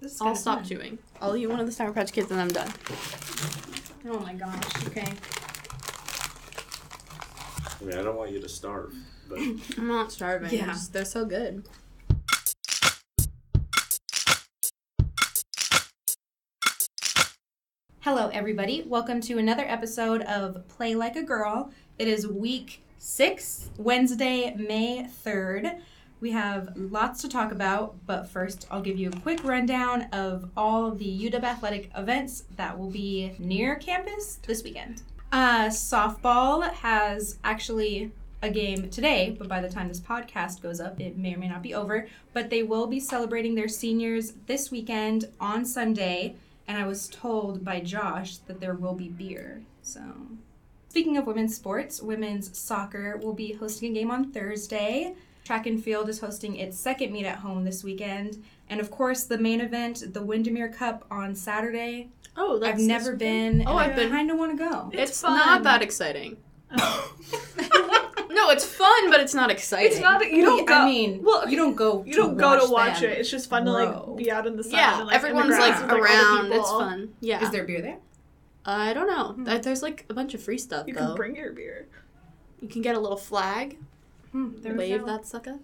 This is I'll kinda stop fun. chewing. I'll eat one of the Sour Patch Kids and I'm done. Oh my gosh. Okay. I mean, I don't want you to starve, but I'm not starving. Yeah. Yeah. they're so good. Hello, everybody. Welcome to another episode of Play Like a Girl. It is week six, Wednesday, May 3rd. We have lots to talk about, but first, I'll give you a quick rundown of all of the UW athletic events that will be near campus this weekend. Uh, softball has actually a game today, but by the time this podcast goes up, it may or may not be over. But they will be celebrating their seniors this weekend on Sunday and I was told by Josh that there will be beer. So, speaking of women's sports, women's soccer will be hosting a game on Thursday. Track and field is hosting its second meet at home this weekend, and of course, the main event, the Windermere Cup, on Saturday. Oh, I've never been. Oh, and I've I been- Kind of want to go. It's, It's not fun. that exciting. no, it's fun, but it's not exciting. It's not that you don't go. I mean, well, you don't go. you don't go to watch them. it. It's just fun to grow. like be out in the sun. Yeah, and, like, in the everyone's like grass with, all the around. it's people. fun. Yeah. Is there beer there? I don't know. Th- There's like a bunch of free stuff You though. can bring your beer. you can get a little flag, Hmm, there was wave no- that sucker.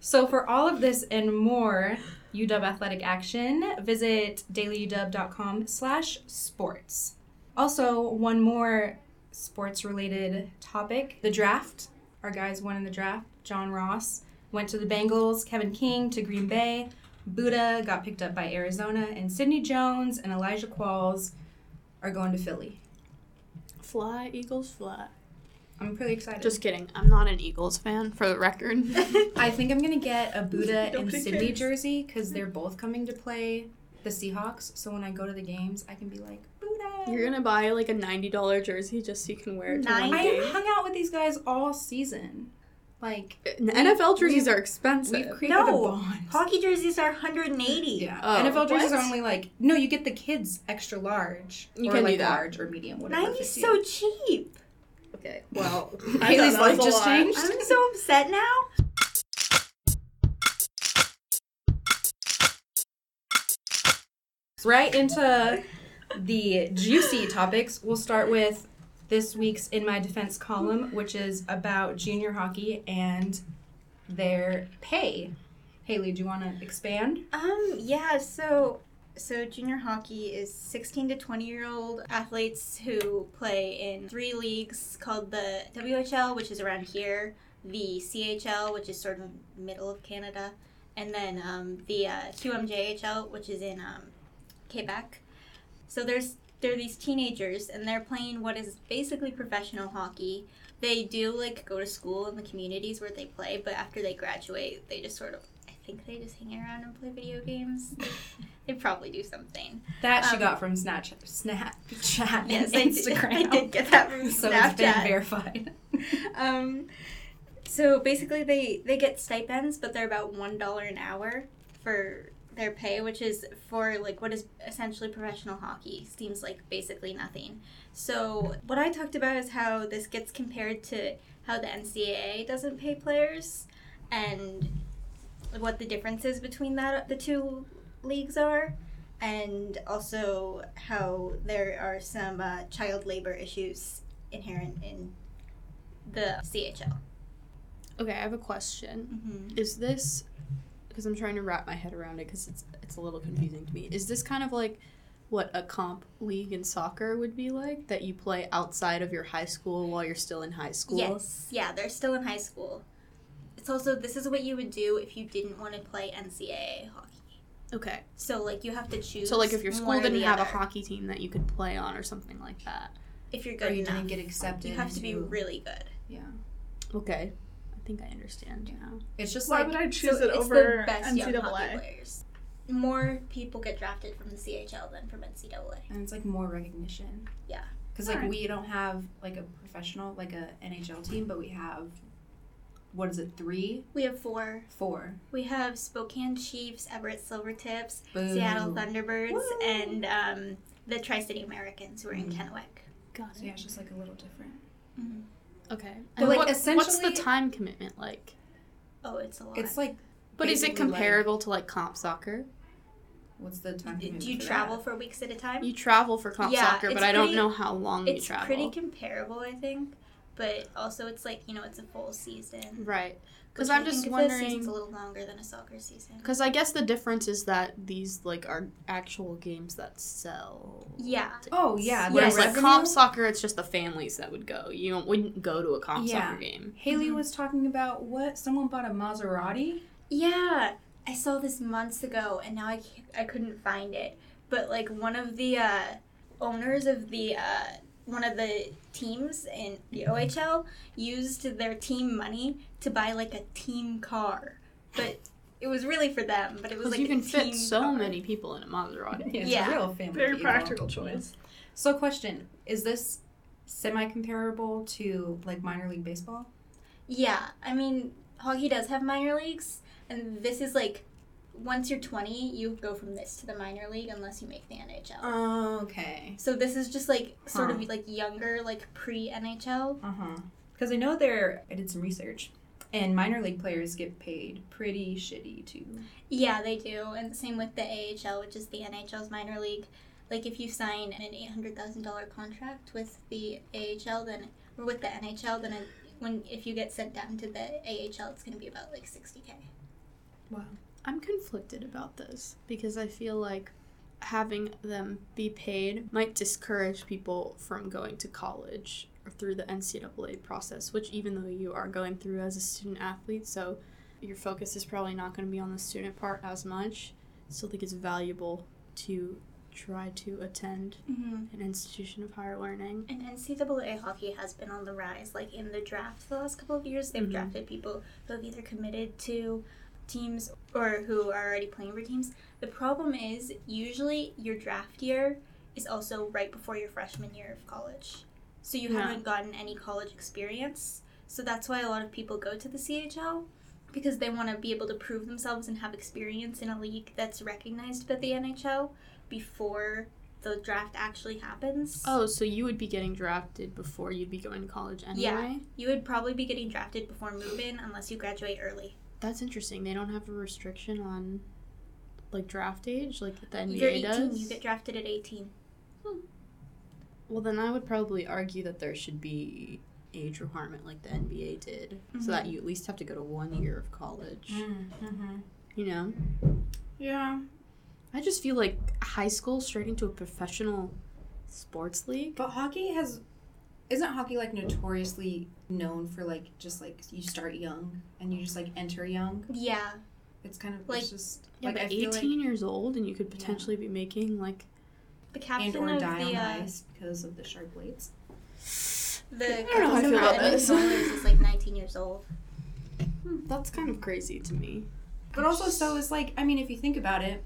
So for all of this and more UW athletic action, visit dailyuw.com slash sports. Also, one more sports related topic, the draft. Our guys won in the draft. John Ross went to the Bengals, Kevin King to Green Bay. Buddha got picked up by Arizona, and Sidney Jones and Elijah Qualls are going to Philly. Fly, Eagles, fly. I'm pretty excited. Just kidding. I'm not an Eagles fan, for the record. I think I'm gonna get a Buddha Don't and pick Sydney favorites. jersey because they're both coming to play the Seahawks. So when I go to the games, I can be like Buddha. You're gonna buy like a ninety dollar jersey just so you can wear it to one Nine? I game. have hung out with these guys all season. Like N- NFL jerseys are we've expensive. created No. a bond. Hockey jerseys are 180. Yeah. Oh, NFL jerseys what? are only like no, you get the kids extra large. You or can do like that. large or medium. Whatever. fits you. cheap. Okay. Well, I Haley's thought that life was a just lot. changed. so upset now. right into the juicy topics. We'll start with this week's In My Defense column, which is about junior hockey and their pay. Haley, do you want to expand? Um, yeah, so so junior hockey is 16 to 20 year old athletes who play in three leagues called the WHL, which is around here, the CHL, which is sort of middle of Canada, and then um, the uh, QMJHL, which is in um, Quebec. So there's there are these teenagers and they're playing what is basically professional hockey. They do like go to school in the communities where they play, but after they graduate, they just sort of I think they just hang around and play video games. they probably do something. That she Um, got from Snatch, Snapchat Yes, I and did, Instagram. I did get that from so Snapchat. it's been verified. um, so basically, they they get stipends, but they're about one dollar an hour for their pay, which is for like what is essentially professional hockey. Seems like basically nothing. So what I talked about is how this gets compared to how the NCAA doesn't pay players, and what the differences between that the two leagues are. And also, how there are some uh, child labor issues inherent in the CHL. okay. I have a question. Mm-hmm. Is this because I'm trying to wrap my head around it because it's it's a little confusing to me. Is this kind of like what a comp league in soccer would be like that you play outside of your high school while you're still in high school? Yes, yeah, they're still in high school. It's also this is what you would do if you didn't want to play NCAA hockey. Okay. So like you have to choose. So like if your one school or didn't the have other. a hockey team that you could play on or something like that. if you're Or good you enough, didn't get accepted. you have to be into- really good. Yeah. Okay. I think I understand now. It's just Why like would I choose so it it's over the best young hockey NCAA? players. More people get drafted from the CHL than from NCAA. and it's like more recognition. Yeah. Because like Alright. we don't have like a professional like a NHL team, but we have what is it three We have four. four We have Spokane Chiefs, Everett Silvertips, Boo. Seattle Thunderbirds, Woo. and um, the Tri City Americans who are Mm. in Kennewick. Got So yeah, it's just like a little different. Okay. But, like, what's the essentially- time commitment like? Oh, it's a lot. It's like But is it basically, like- comparable to like comp soccer? What's the time? Do commitment you for that? travel for weeks at a time? Mm-hmm. You travel for comp Yeah, soccer, but it's I don't pretty- know how long you it's travel. pretty comparable, I think. But also, it's like you know, it's a full season. right. Because which I Mm, I'm just think this season's a wondering. little longer than a soccer season. Because I guess the difference is that these like are actual games that sell. Yeah, Oh yeah, Yes. Whereas the like revenue- comp soccer, it's just the families that would go. You don't, wouldn't go to a comp Yeah. soccer game. Haley was talking about what someone bought a Maserati. yeah. I saw this months ago, and now I can't, I couldn't find it. But like one of the uh, owners of the uh, one of the teams in the Mm-hmm. OHL used their team money to buy like a team car, but it was really for them. But it was Because like you a can fit team so car. many people in a Maserati. It's Yeah. a real family. Very deal. practical choice. So, question: Is this semi comparable to like minor league baseball? Yeah, I mean, hockey does have minor leagues, and this is like once you're 20, you go from this to the minor league unless you make the NHL. okay. so this is just like sort Oh. Huh. of like younger, like pre NHL. Uh huh. Because I know they're. I did some research, and minor league players get paid pretty shitty too. Yeah, they do, and same with the AHL, which is the NHL's minor league. Like if you sign an eight hundred thousand dollar contract with the AHL, then or with the NHL, then it, when if you get sent down to the AHL, it's gonna be about like sixty k. I'm conflicted about this because I feel like having them be paid might discourage people from going to college or through the NCAA process, which even though you are going through as a student athlete, so your focus is probably not going to be on the student part as much. Still think it's valuable to try to attend Mm-hmm. an institution of higher learning. And NCAA hockey has been on the rise. Like in the draft the last couple of years, they've Mhm. drafted people who have either committed to teams or who are already playing for teams. The problem is, usually your draft year is also right before your freshman year of college. So you Yeah. haven't gotten any college experience. So that's why a lot of people go to the CHL because they want to be able to prove themselves and have experience in a league that's recognized by the NHL before the draft actually happens. Oh, so you would be getting drafted before you'd be going to college anyway? Yeah. You would probably be getting drafted before move in unless you graduate early. That's interesting. They don't have a restriction on like draft age, like the NBA You're 18, does. you get drafted at 18. well, then I would probably argue that there should be age requirement like the NBA did, so that you at least have to go to one year of college. Mm-hmm. You know, Yeah. I just feel like high school straight into a professional sports league. But hockey has. Isn't hockey like notoriously known for like just like you start young and you just like enter young? Yeah. It's kind of Like- it's just Yeah, like but I feel like eighteen years old, and you could potentially be making like The and captain or of die on the uh, ice because of the sharp blades. the I don't know how I captain feel of about the Edmonton this. Oilers is like 19 years old. that's kind of crazy to me. But also, so is like I mean, if you think about it,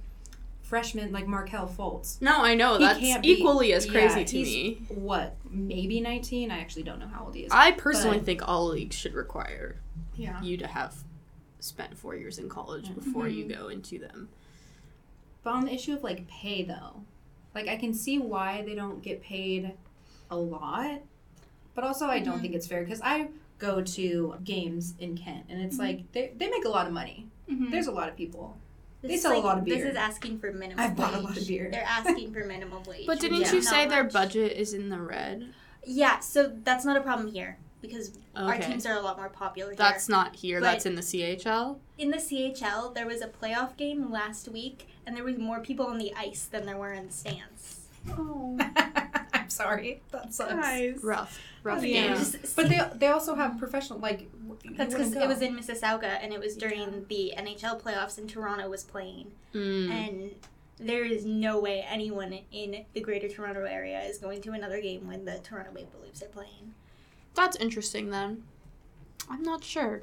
freshmen like Markel Fultz, No, I know He that's can't be- equally as yeah, crazy to he's- me. what maybe nineteen? I actually don't know how old he is. I personally but- think all leagues should require yeah, you to have spent four years in college before you go into them. but on the issue of like pay though, like I can see why they don't get paid a lot, but also I don't Mm-hmm. think it's fair because I go to games in Kent and Mm-hmm. it's like they they make a lot of money. There's a lot of people. This Mm-hmm. They is sell a lot of This beer. is asking for minimum I've bought a wage. lot of beer. They're asking for minimum wage. But didn't Yeah. you Not say their much. budget is in the red? Yeah, so that's not a problem here because our Okay. teams are a lot more popular here. That's not here, But- that's in the CHL. In the CHL, there was a playoff game last week and there was more people on the ice than there were in the stands. Oh. I'm sorry, that sucks. Guys. Rough. Oh, Rough Oh, Yeah. game. Just But they they also have professional like. w- you That's wouldn't because it go. was in Mississauga and it was during the NHL playoffs and Toronto was playing. Mm. And there is no way anyone in the greater Toronto area is going to another game when the Toronto Maple Leafs are playing. That's interesting then. I'm not sure.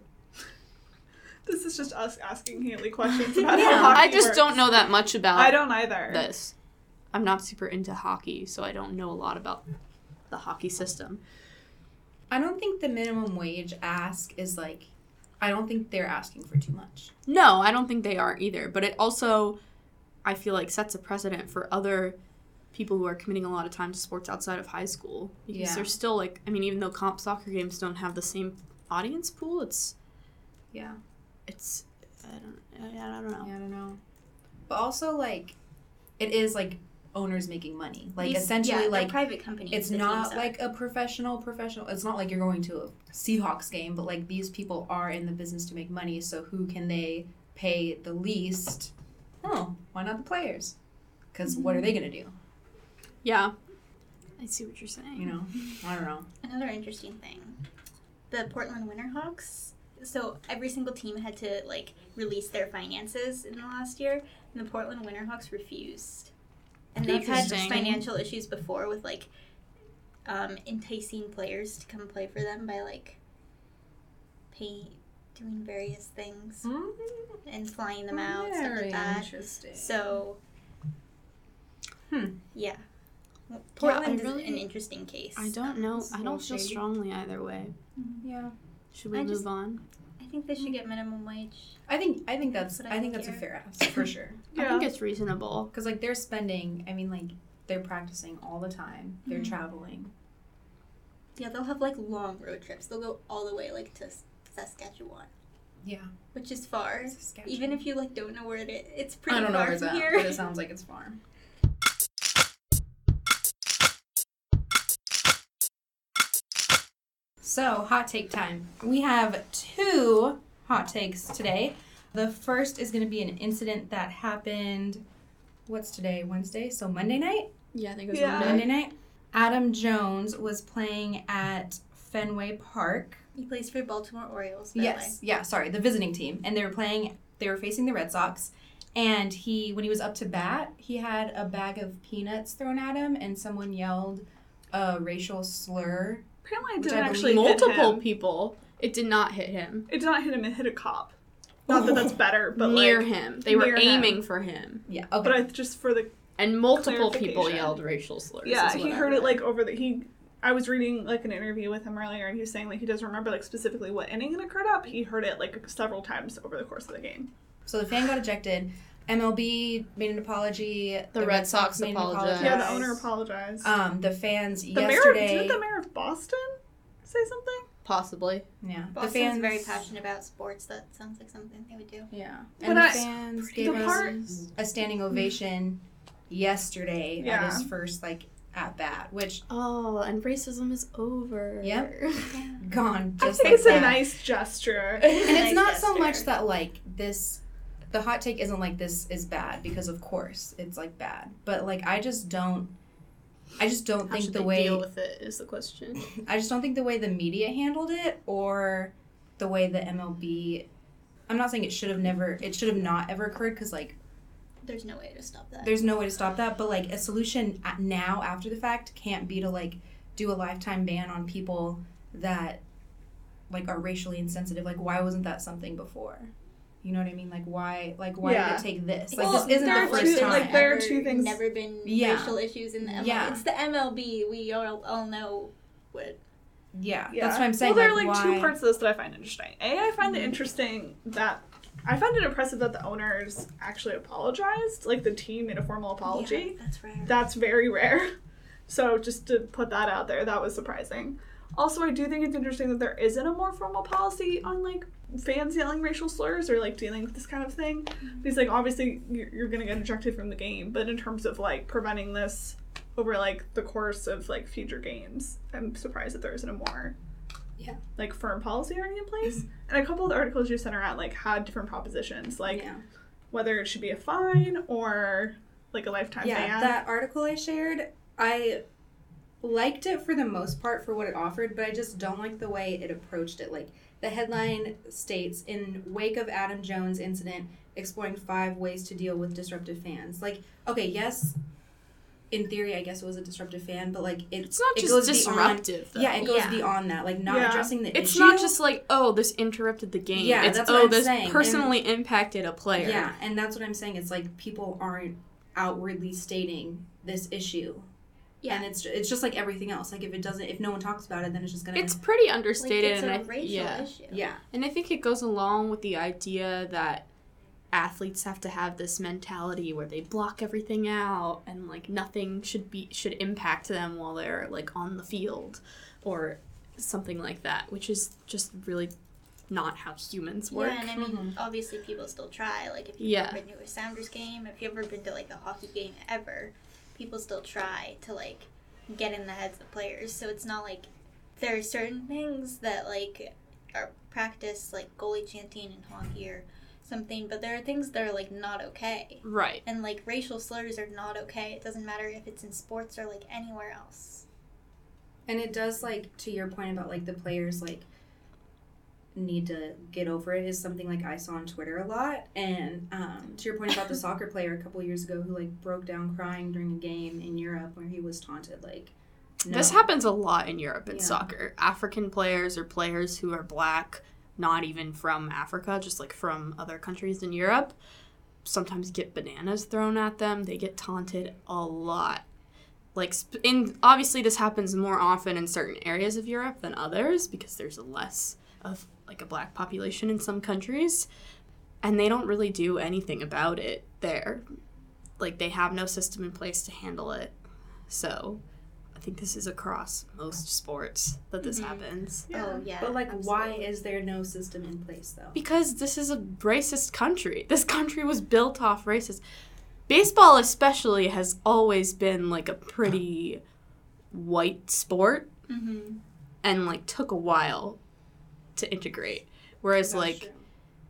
This is just us asking Haley questions about Yeah, how hockey I just works. don't know that much about I don't either. this. I'm not super into hockey, so I don't know a lot about the hockey system. I don't think the minimum wage ask is like, I don't think they're asking for too much. No, I don't think they are either. But it also, I feel like, sets a precedent for other people who are committing a lot of time to sports outside of high school because Yeah. they're still like, I mean, even though comp soccer games don't have the same audience pool, it's Yeah. it's I don't. I, I don't know. I don't know. But also, like, it is like owners making money. Like, These- essentially, yeah, they're like, private companies. it's the teams not are. like a professional, professional. It's not like you're going to a Seahawks game, but like, these people are in the business to make money. So, who can they pay the least? Oh, why not the players? Because what are they going to do? Yeah. I see what you're saying. You know? I don't know. Another interesting thing, the Portland Winterhawks. So every single team had to like release their finances in the last year, and the Portland Winterhawks refused. And they've had Interesting. financial issues before with like um, enticing players to come play for them by like pay doing various things and flying Oh, them out, stuff like that. Mm-hmm. interesting. So, Hmm. yeah. Well, Portland really- is an interesting case. I don't know. I don't feel shady. strongly either way. yeah. Should we I move just- on? I think they should get minimum wage. I think I think that's That's what I I think that's a hear. fair ask for sure. I Yeah. think it's reasonable. Because like they're spending, I mean like they're practicing all the time. They're Mhm. traveling. Yeah, they'll have like long road trips. They'll go all the way like to Saskatchewan, Yeah. which is far. Even if you like don't know where it is, it's pretty I don't know far where it's from at, here. but it sounds like it's far. So, hot take time. We have two hot takes today. The first is going to be an incident that happened. What's today? Wednesday? So, Monday night? Yeah, I think it was Yeah. Monday. Monday night. Adam Jones was playing at Fenway Park. He plays for Baltimore Orioles. By the Yes, yeah, sorry, the visiting team. And they were playing, they were facing the Red Sox. And he, when he was up to bat, he had a bag of peanuts thrown at him, and someone yelled a racial slur. Apparently, it Which I didn't actually hit Multiple him. people. It did not hit him. It did not hit him. It hit a cop. Not that that's better, but near like, him. They were near him. aiming for him. Yeah, but okay. I just for the And multiple people Clarification. yelled racial slurs. yeah, is what he I heard read. it like over the he. I was reading like an interview with him earlier, and he was saying like he doesn't remember like specifically what inning it occurred up. He heard it like several times over the course of the game. So the fan got ejected. MLB made an apology. The Red Sox made an apologized. Yeah, the Yes. owner apologized. Um, the fans the mayor yesterday. didn't the mayor of Boston say something? possibly. yeah, way. the Boston's fans very passionate about sports. That sounds like something they would do. Yeah. And But the I- fans The gave us part a standing ovation yesterday Yeah. at his first like at bat, which Oh, and racism is over. Yep. Yeah. gone I just think like it's a that. nice gesture. and it's Nice not so gesture. much that like this the hot take isn't like this is bad because of course it's like bad. But like I just don't I just don't How think should the they way deal with it is the question. I just don't think the way the media handled it or the way the MLB I'm not saying it should have never it should have not ever occurred cuz like There's no way to stop that. there's no way to stop that but like a solution at now after the fact can't be to like do a lifetime ban on people that like are racially insensitive like why wasn't that something before you know what i mean like why like why Yeah. did it take this like Well, this isn't there the are first two- time like, there- are two Ever- things- Never been Yeah. racial issues in the MLB. Yeah. It's the MLB. We all, all know what. yeah, Yeah. that's what i'm saying Well, there are like why, Mm-hmm. two parts of this that I find interesting. A, I find it interesting that I find it impressive that the owners actually apologized. Like the team made a formal apology. Yeah, that's right. That's very rare. So just to put that out there, that was surprising. Also, I do think it's interesting that there isn't a more formal policy on like fans yelling racial slurs or like dealing with this kind of thing. Mm-hmm. Because like obviously you're, you're gonna get ejected from the game, but in terms of like preventing this over like the course of like future games, I'm surprised that there isn't a more Yeah. like firm policy already in place. And a couple of the articles you sent around like had different propositions, like Mm-hmm. yeah, whether it should be a fine or like a lifetime yeah ban. that article i shared i liked it for the most part for what it offered but i just don't like the way it approached it like the headline states in wake of adam jones incident exploring five ways to deal with disruptive fans like okay yes in theory i guess it was a disruptive fan but like it, It's not it just goes beyond disruptive though. yeah it goes Yeah. beyond that like not Yeah. addressing the It's issue not just like, oh, this interrupted the game. Yeah, it's that's what oh, I'm this saying, and- personally impacted a player. yeah and that's what i'm saying it's like people aren't outwardly stating this issue Yeah. and it's it's just like everything else like if it doesn't if no one talks about it then it's just gonna It's pretty like, understated it's and a I- racial yeah. issue. yeah And I think it goes along with the idea that athletes have to have this mentality where they block everything out and like nothing should be should impact them while they're like on the field or something like that, which is just really not how humans work. Yeah, and I mean, Mhm. obviously people still try. Like if you've Yeah. ever been to a Sounders game, if you've ever been to like a hockey game ever, people still try to like get in the heads of players. So it's not like there are certain things that like are practiced, like goalie chanting in hockey or something. But there are things that are like not okay, Right. and like racial slurs are not okay. It doesn't matter if it's in sports or like anywhere else. And it does like to your point about like the players like need to get over it is something like I saw on Twitter a lot. And um, to your point about the soccer player a couple years ago who like broke down crying during a game in Europe where he was taunted like no. This happens a lot in Europe in Yeah. soccer. African players or players who are black, not even from Africa, just like from other countries in Europe, sometimes get bananas thrown at them. They get taunted a lot. Like sp- in obviously this happens more often in certain areas of Europe than others because there's less of like a black population in some countries and they don't really do anything about it there. Like they have no system in place to handle it. So, I think this is across most sports that this Mhm. happens. oh yeah. But like why absolutely. is there no system in place though? Because this is a racist country. This country was built off racist. Baseball, especially, has always been like a pretty white sport Mhm. and like took a while to integrate. Whereas, like,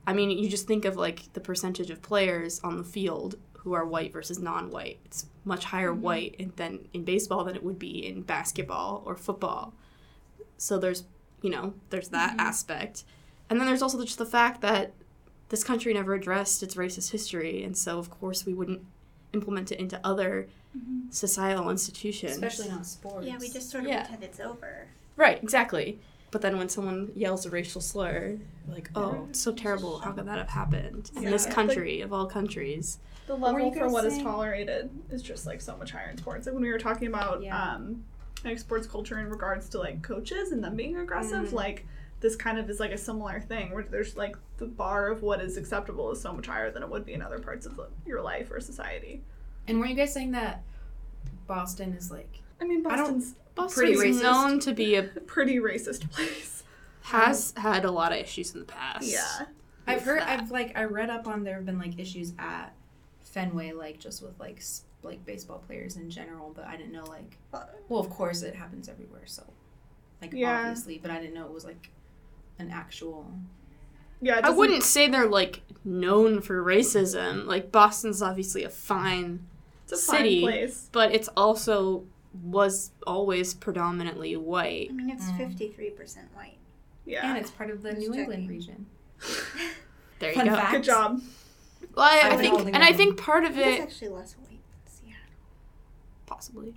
I mean, you just think of like the percentage of players on the field who are white versus non-white. It's much higher Mm-hmm. white in, than in baseball than it would be in basketball or football. So there's, you know, there's that Mm-hmm. aspect, and then there's also just the fact that this country never addressed its racist history, and so of course we wouldn't implement it into other societal institutions. Mm-hmm. especially not sports. Yeah, we just sort of Yeah. pretend it's over. Right, exactly. But then when someone yells a racial slur, like, oh, it's so terrible. How could that have happened in this Yeah. country of all countries? The were level you for guys what is saying? tolerated is just like so much higher in sports. Like when we were talking about Yeah. um, like sports culture in regards to like coaches and them being aggressive, Mhm. like this kind of is like a similar thing where there's like the bar of what is acceptable is so much higher than it would be in other parts of the, your life or society. And were you guys saying that Boston is like I mean, I don't- Boston's Boston Pretty is racist. known to be a a pretty racist place. has had a lot of issues in the past. Yeah. I've with heard. that. I've like I read up on there have been like issues at Fenway, like just with like s- like baseball players in general. But I didn't know like. Well, of course it happens everywhere, so like Yeah. obviously, but I didn't know it was like an actual. Yeah. it I doesn't- wouldn't say they're like known for racism. Like Boston's obviously a fine, It's a fine city. place. but it's also was always predominantly white. I mean, it's Mm. fifty-three percent white. Yeah. And it's part of the Just New checking. England region. There you Fun go. fact. Good job. Well, I, I I was think, holding and I on. think part of It's it actually less white. than Seattle. possibly.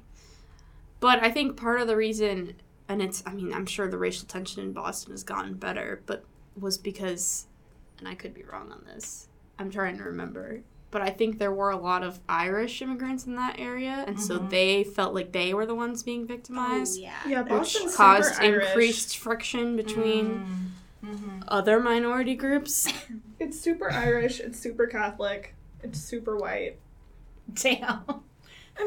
But I think part of the reason, and it's, I mean, I'm sure the racial tension in Boston has gotten better, but was because, and I could be wrong on this, I'm trying to remember, but I think there were a lot of Irish immigrants in that area, and Mm-hmm. so Mhm. they felt like they were the ones being Oh victimized, yeah. Yeah. Boston's which caused super Irish. increased friction between Mm-hmm. other minority groups. It's super Irish. It's super Catholic. It's super white. Damn. I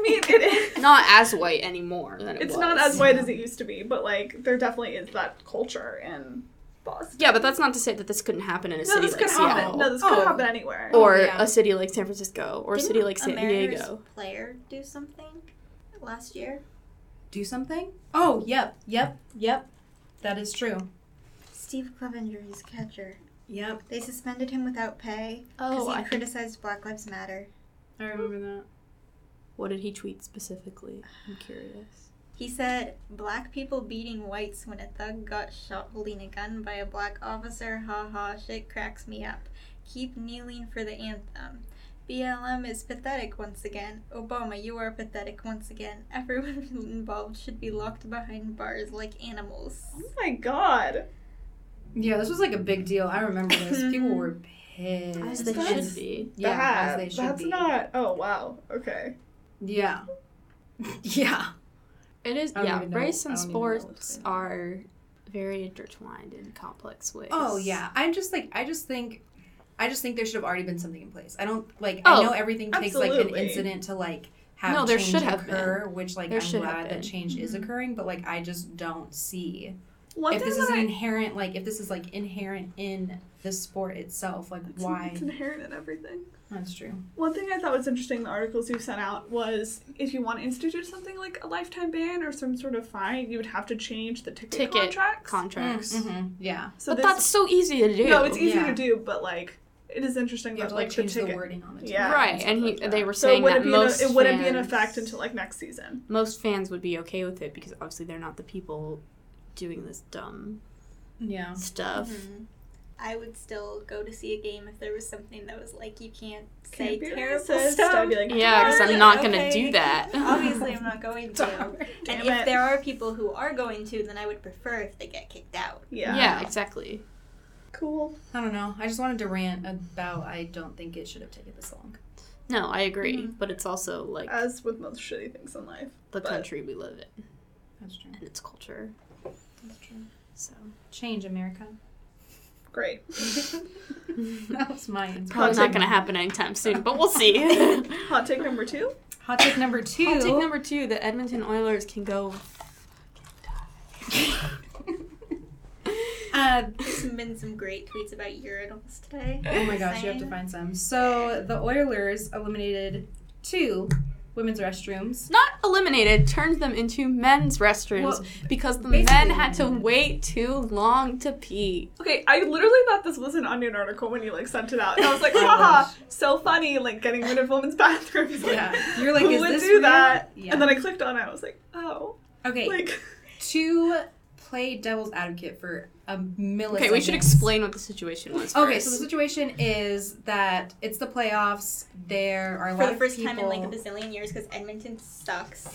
mean, it is. not as white anymore than it It's was. not as white as it used to be, but like there definitely is that culture in Boston. Yeah, but that's not to say that this couldn't happen in a no, city this like could Seattle. happen. No, this could Oh. happen anywhere. Oh, or yeah. a city like San Francisco, or a Didn't city like San a Mariners Diego. Player do something last year. Do something. Oh, yep, yep, yep. That is true. Steve Clevenger is catcher. Yep, They suspended him without pay because Oh, he I think- criticized Black Lives Matter. I remember that. what did he tweet specifically? I'm curious. He said, "Black people beating whites when a thug got shot holding a gun by a black officer. Ha ha, shit cracks me up. Keep kneeling for the anthem." BLM is pathetic once again. Obama, you are pathetic once again. Everyone involved should be locked behind bars like animals. Oh my god. Yeah, this was like a big deal. I remember this. People were pissed. As they they should should be. Yeah, that, as they should That's be. not. Oh wow. Okay. Yeah. yeah. It is. I don't Yeah, even know- race I and don't even know what's sports going on. are very intertwined in complex ways. Oh yeah, I'm just like I just think, I just think there should have already been something in place. I don't like Oh, I know everything takes like an absolutely. incident to like have No, there change should have occur, which like There I'm should have Mm-hmm. glad that been. change is occurring, but like I just don't see One if thing this that is I- an inherent, like if this is like inherent in the sport itself, like it's- why? It's inherent in everything. That's true. One thing I thought was interesting in the articles you sent out was if you want to institute something like a lifetime ban or some sort of fine, you would have to change the ticket, Ticket contracts. contracts. Mhm, Yeah. so but this- that's so easy to do. no, it's easy yeah. to do, but like it is interesting You have that to like like the change the, ticket. wording on the Yeah. ticket right, stuff and he, like that. they were so it saying wouldn't, that be in a- most it wouldn't be in fans- effect until like next season. most fans would be okay with it because obviously they're not the people doing this dumb Yeah. stuff. Mm-hmm. Mhm. I would still go to see a game if there was something that was like you can't say Can't be terrible racist. I'd stuff. be like, Yeah, because I'm not gonna Okay. do that. Obviously, I'm not going to. and Damn if it. there are people who are going to, then I would prefer if they get kicked out. yeah. yeah. exactly. cool. I don't know. I just wanted to rant about I don't think it should have taken this long. No, I agree, but it's also like As with most shitty things in life, the but- country we live in That's true. and its culture. That's true. So Change America. great. that was mine. probably take- not going to happen anytime soon, but we'll see. Hot take number two. Hot take number two. Hot take number two: the Edmonton Oilers can go. uh, There's been some great tweets about urinals today. oh my gosh, you have to find some. So the Oilers eliminated two women's restrooms. Not eliminated, turned them into men's restrooms Well, because the basically men had to men. wait too long to pee. Okay, I literally thought this was an Onion article when you like sent it out, and I was like, Oh haha, so funny, like getting rid of women's bathrooms. Like, Yeah. You're like, who is would this do real? that? Yeah. And then I clicked on it. I was like, oh, Okay, like to play devil's advocate for a millisecond. Okay, we should explain what the situation was. Okay, first. so the situation is that it's the playoffs. There are a lot For the of first people. time in like a bazillion years, because Edmonton sucks.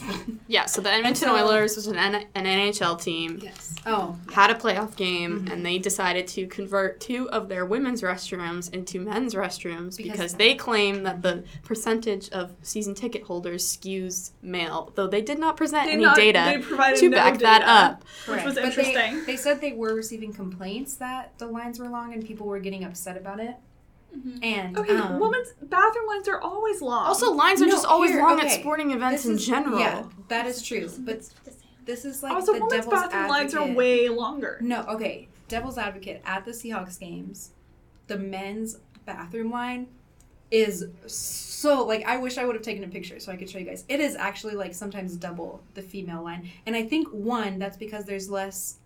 Yeah, so the Edmonton so- Oilers was an, N- an NHL team, yes. Oh, had a playoff game, Mm-hmm. and they decided to convert two of their women's restrooms into men's restrooms because, Because- they claim that the percentage of season ticket holders skews male, though they did not present they any not- they data provided to no back that data, up. which was But interesting. They, they said they were receiving complaints that the lines were long and people were getting upset about it. And okay, um, women's bathroom lines are always long. Also, lines are No, just always here, long at okay. sporting events this in is- general. Yeah, that is true. But this is like also the women's devil's bathroom advocate. lines are way longer. No, okay. Devil's advocate at the Seahawks games, the men's bathroom line is so like I wish I would have taken a picture so I could show you guys. It is actually like sometimes double the female line. And I think one that's because there's less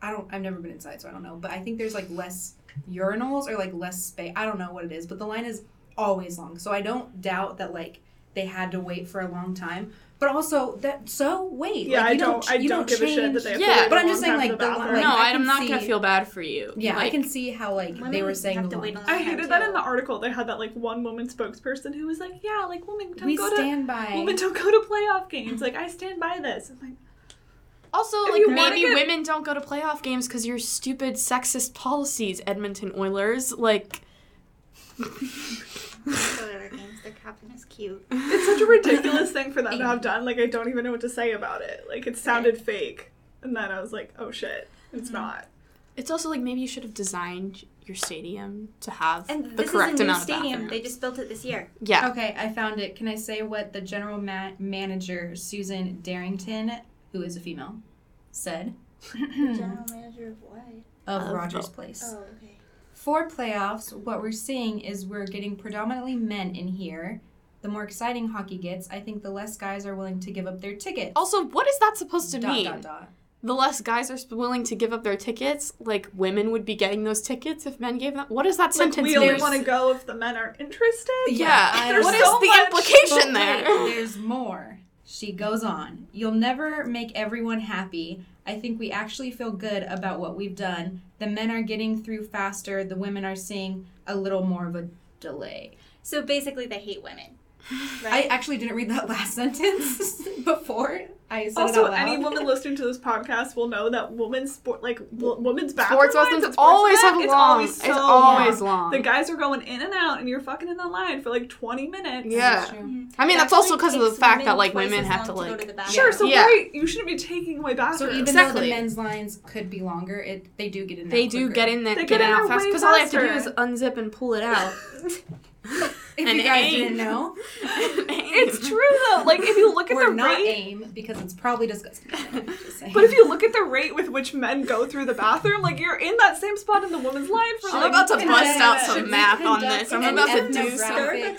I don't I've never been inside so I don't know, but I think there's like less urinals or like less space. I don't know what it is, but the line is always long. So I don't doubt that like they had to wait for a long time. But also that so wait. Yeah, like, I you don't, I you don't, give a shit that they have Yeah, to wait but a I'm just long saying, time for like, the bathroom. line- no, I I can am not going see- to feel bad for you. Yeah, I Like, can see how like they were saying have the to wait line. a long I time, hated that in too. the article. They had that like one woman spokesperson who was like, "Yeah, like women don't we go to stand by. women don't go to playoff games." Like I stand by this. I'm like, Also, If like you wanna maybe get- women don't go to playoff games because your stupid sexist policies, Edmonton Oilers. Like, Their captain is cute. It's such a ridiculous thing for them to have done. Like, I don't even know what to say about it. Like, it sounded fake. And then I was like, oh shit, it's Mm-hmm. not. it's also like maybe you should have designed your stadium to have And the this correct is a new amount stadium. of They bathrooms. just built it this year. Yeah, Okay, I found it. Can I say what the general ma- manager Susan Darrington, who is a female, said Hmm. General manager of what? of Of Rogers the- Place? Oh, okay. For playoffs, what we're seeing is we're getting predominantly men in here. The more exciting hockey gets, I think the less guys are willing to give up their tickets. Oh, Also, what is that supposed to dot, mean? dot, dot. The less guys are sp- willing to give up their tickets, like women would be getting those tickets if men gave them. What does that Like, sentence we mean? only want to go if the men are interested. Yeah, yeah, I what don't is know. the So much- implication But wait, there? there's more. She goes on. You'll never make everyone happy. I think we actually feel good about what we've done. The men are getting through faster. The women are seeing a little more of a delay. So basically, they hate women, I right? actually didn't read that last sentence before I said it Also, out loud. any woman listening to this podcast will know that women's sport, like w- women's bathroom Sports lines lessons at sports always event, have it's long. always It's so always long. long. The guys are going in and out, and you're fucking in the line for like 20 minutes. Yeah. That's true. I mean, It that's also actually because of the takes fact that like twice women as have to long go like. to the bathroom. Sure, so Yeah. why you shouldn't be taking away So bathrooms. even though Exactly. the men's lines could be longer, it they do get in. there They do quicker. get in there, They get, get in in out there fast way because all they have to do is faster. unzip and pull it out. If and you guys aim. didn't know, And aim. it's true though. Like if you look at We're the not rate, aim because it's probably disgusting. Just saying. but if you look at the rate with which men go through the bathroom, like you're in that same spot in the woman's line for I'm like about to Should bust we out conduct- some should we math on conduct this. I'm an about to do ethnographic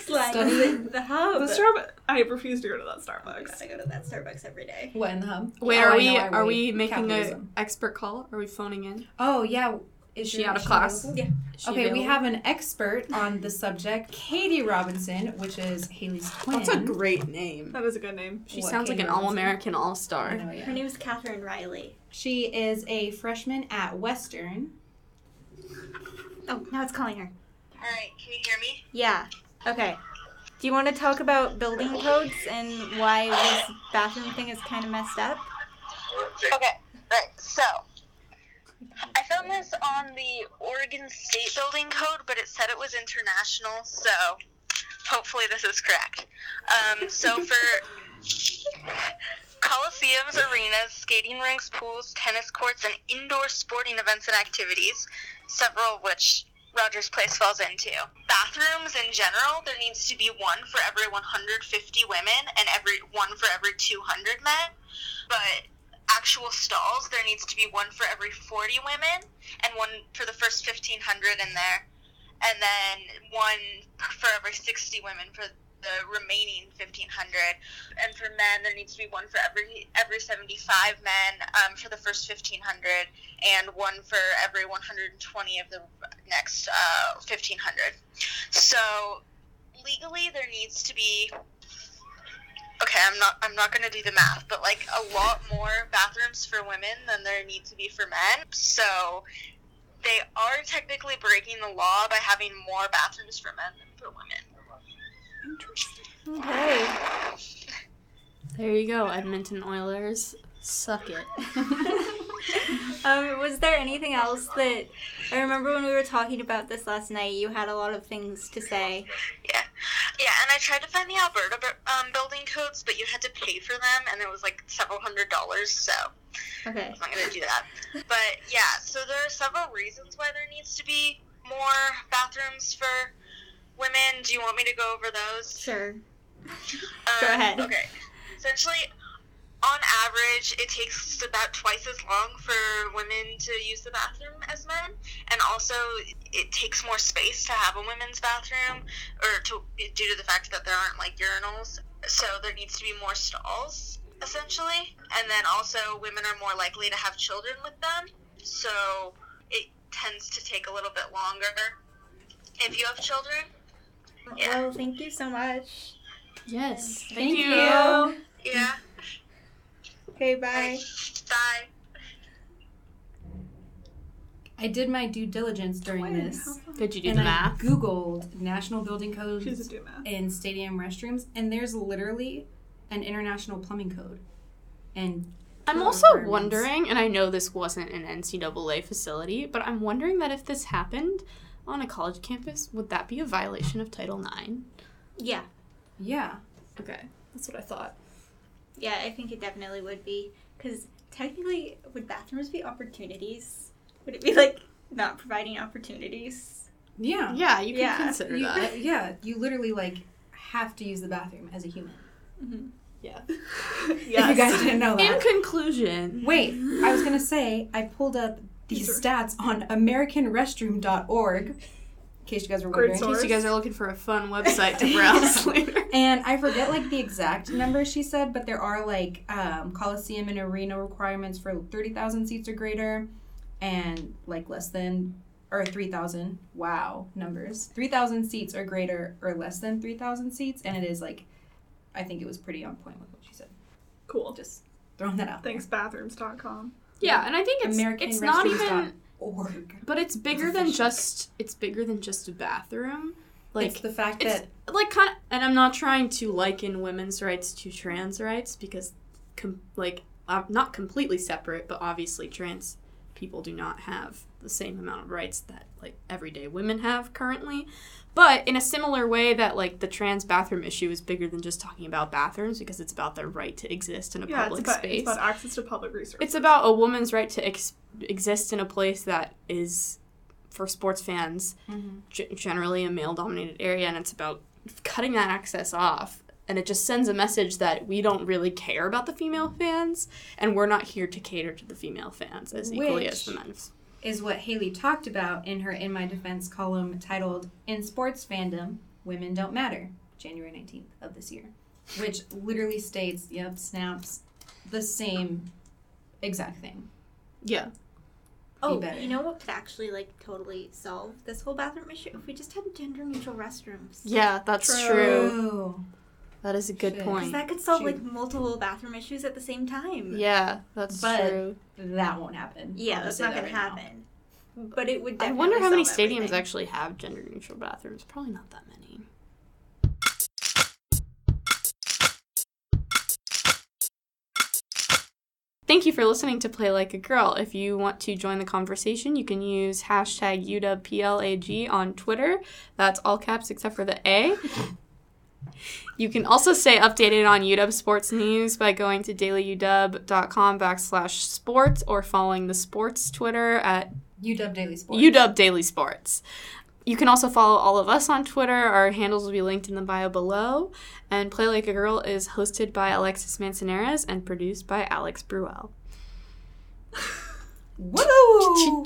some. Starbucks like study. the, the hub. the Starbucks. I refuse to go to that Starbucks. I gotta go to that Starbucks every day. What in the hub? Wait, Oh, are I we know, I are would. we making an Capitalism. expert call? Are we phoning in? Oh yeah, is She your- out of class? available? Is she Okay, we available? have an expert on the subject, Katie Robinson, which is Haley's twin. That's a great name. That is a good name. She What sounds like Katie an all Robinson? American all I star. know, Her yeah. name is Catherine Riley. She is a freshman at Western. Oh, now it's calling her. All right, can you hear me? Yeah. Okay. Do you want to talk about building codes and why this bathroom thing is kind of messed up? Okay, right. So I found this on the Oregon State Building Code, but it said it was international, so hopefully this is correct. Um, so for coliseums, arenas, skating rinks, pools, tennis courts, and indoor sporting events and activities, several of which Rogers Place falls into. Bathrooms in general, there needs to be one for every 150 women and every one for every 200 men. But actual stalls, there needs to be one for every 40 women and one for the first 1500 in there, and then one for every 60 women for the remaining 1500. And for men, there needs to be one for every every 75 men um, for the first 1500, and one for every 120 of the next uh, 1500. So legally, there needs to be okay i'm not i'm not going to do the math but like a lot more bathrooms for women than there need to be for men so they are technically breaking the law by having more bathrooms for men than for women Interesting. Okay. There you go, Edmonton Oilers. Suck it. um, was there anything else that I remember when we were talking about this last night? You had a lot of things to say. yeah and i tried to find the alberta bu- um, building codes but you had to pay for them and it was like several hundred dollars so Okay. I'm not gonna do that. But yeah, so there are several reasons why there needs to be more bathrooms for women. Do you want me to go over those? Sure. Um, Go ahead. Okay. Essentially, on average, it takes about twice as long for women to use the bathroom as men, and also it takes more space to have a women's bathroom, or to due to the fact that there aren't like urinals, so there needs to be more stalls essentially, and then also women are more likely to have children with them, so it tends to take a little bit longer if you have children. Yeah. Well, thank you so much. Yes. Thank you. Yeah. Okay, bye. Bye. I did my due diligence during this, Did you do and the I math? googled national building codes She's a do math. in stadium restrooms, and there's literally an international plumbing code. And I'm pool also requirements. wondering, and I know this wasn't an NCAA facility, but I'm wondering that if this happened on a college campus, would that be a violation of Title IX? Yeah. yeah, Okay, that's what I thought. Yeah, I think it definitely would be. Because technically, would bathrooms be opportunities? Would it be like not providing opportunities? yeah, Yeah, you can Yeah. consider You- uh, that. yeah. You literally like have to use the bathroom as a human. If you guys didn't know that. In conclusion, Wait, I was gonna say I pulled up these stats on AmericanRestroom.org, in case you guys were Great wondering. in case you source. guys are looking for a fun website to browse later. And I forget like the exact number she said, but there are like um, Coliseum and arena requirements for thirty thousand seats or greater, and like less than or three thousand. Wow, numbers three thousand seats or greater or less than three thousand seats, and it is like, I think it was pretty on point with what she said. Cool. Just throwing that out. Thanks, bathrooms.com. Yeah, and I think it's American it's not Rescues dot even, Org. but it's bigger It's than official. just it's bigger than just a bathroom. Like it's the fact it's that like kind of and i'm not trying to liken women's rights to trans rights because com- like uh, not completely separate but obviously trans people do not have the same amount of rights that like everyday women have currently but in a similar way that like the trans bathroom issue is bigger than just talking about bathrooms because it's about their right to exist in a Yeah, it's public about, space it's about access to public resources. it's about a woman's right to ex- exist in a place that is, for sports Mm-hmm. fans, g- generally a male dominated area, and it's about cutting that access off and it just sends a message that we don't really care about the female fans and we're not here to cater to the female fans as equally as the Which- men's. is what Haley talked about in her In My Defense column titled In Sports Fandom, Women Don't Matter, January 19th of this year, which literally states, yep, snaps, the same exact thing. Yeah. Oh, better. you know what could actually like totally solve this whole bathroom issue if we just had gender neutral restrooms. Yeah, that's True. true. True. That is a good Shit. 'Cause point. that could solve Shoot. like multiple bathroom issues at the same time. Yeah, that's But- true. That won't happen. Yeah, I'll that's just not say gonna that right now. happen. But it would. I Definitely wonder how many solve stadiums everything. actually have gender neutral bathrooms. Probably not that many. Thank you for listening to Play Like a Girl. If you want to join the conversation, you can use hashtag UWPLAG on Twitter. That's all caps except for the A. You can also stay updated on UW sports news by going to dailyuw.com backslash sports or following the sports Twitter at UW Daily Sports. UW Daily Sports. You can also follow all of us on Twitter. Our handles will be linked in the bio below. And Play Like a Girl is hosted by Alexis Mansonares and produced by Alex Bruel. Woo!